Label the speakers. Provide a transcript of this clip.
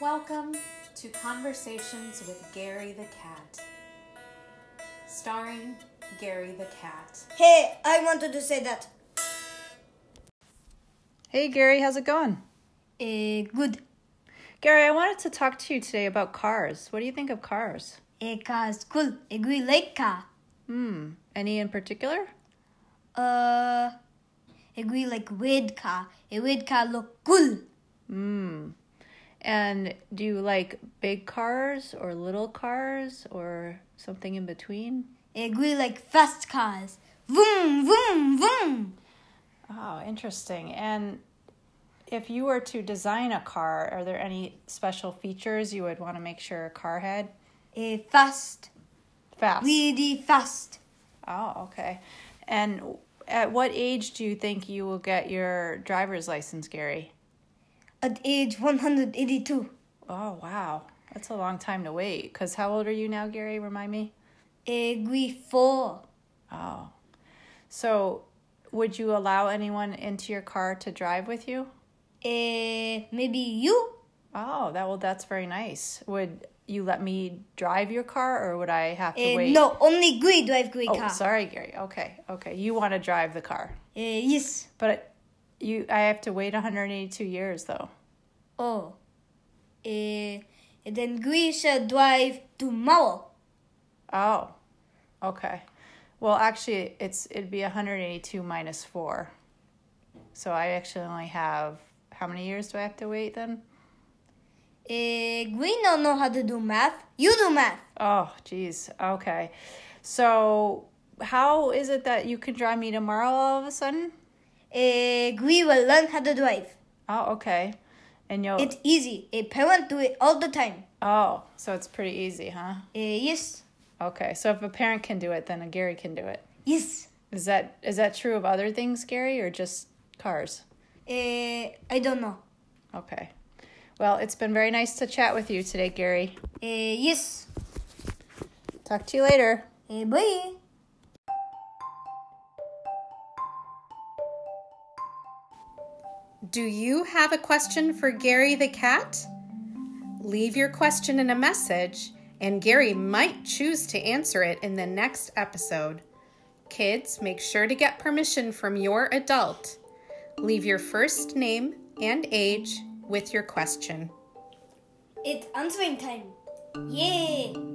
Speaker 1: Welcome to Conversations with Gary the Cat, starring Gary the Cat.
Speaker 2: Hey, I wanted to say that.
Speaker 3: Hey Gary, how's it going? Eh,
Speaker 2: Uh, good.
Speaker 3: Gary, I wanted to talk to you today about cars. What do you think of cars?
Speaker 2: A car is cool. A green light car.
Speaker 3: Hmm, any in particular?
Speaker 2: Uh, a green like e red car. A red car look cool.
Speaker 3: Hmm. And do you like big cars or little cars or something in between?
Speaker 2: A green like fast cars. Vroom, vroom, vroom.
Speaker 3: Oh, interesting. And if you were to design a car, are there any special features you would want to make sure a car had?
Speaker 2: A e fast,
Speaker 3: Fast.
Speaker 2: really fast.
Speaker 3: oh, okay. And at what age do you think you will get your driver's license, Gary?
Speaker 2: At age 182.
Speaker 3: Oh, wow. That's a long time to wait. Because how old are you now, Gary? Remind me.
Speaker 2: A green four.
Speaker 3: Oh. So, would you allow anyone into your car to drive with you?
Speaker 2: A e maybe you.
Speaker 3: Oh, that well, that's very nice. Would you let me drive your car or would I have to
Speaker 2: Eh,
Speaker 3: wait?
Speaker 2: no, only green drive green
Speaker 3: Oh,
Speaker 2: car.
Speaker 3: sorry, Gary. Okay. Okay. You want to drive the car.
Speaker 2: Eh, yes.
Speaker 3: But you I have to wait 182 years though.
Speaker 2: Oh. Eh, and then we shall drive tomorrow.
Speaker 3: Oh. Okay. Well, actually it's it'd be 182 minus 4. So I actually only have how many years do I have to wait then?
Speaker 2: Eh, we don't know how to do math. You do math.
Speaker 3: Oh, geez. Okay. So how is it that you can drive me tomorrow all of a sudden?
Speaker 2: Eh, we will learn how to drive.
Speaker 3: Oh, okay. And you'll
Speaker 2: It's easy. A parent do it all the time.
Speaker 3: oh, so it's pretty easy, huh?
Speaker 2: Eh, yes,
Speaker 3: Okay. So if a parent can do it, then a Gary can do it.
Speaker 2: yes.
Speaker 3: Is that is that true of other things, Gary, or just cars?
Speaker 2: Eh, I don't know.
Speaker 3: Okay. Well, it's been very nice to chat with you today, Gary.
Speaker 2: Eh, yes.
Speaker 3: Talk to you later.
Speaker 2: Eh, bye.
Speaker 1: Do you have a question for Gary the Cat? Leave your question in a message, and Gary might choose to answer it in the next episode. Kids, make sure to get permission from your adult. Leave your first name and age with your question.
Speaker 2: It's answering time. Yay!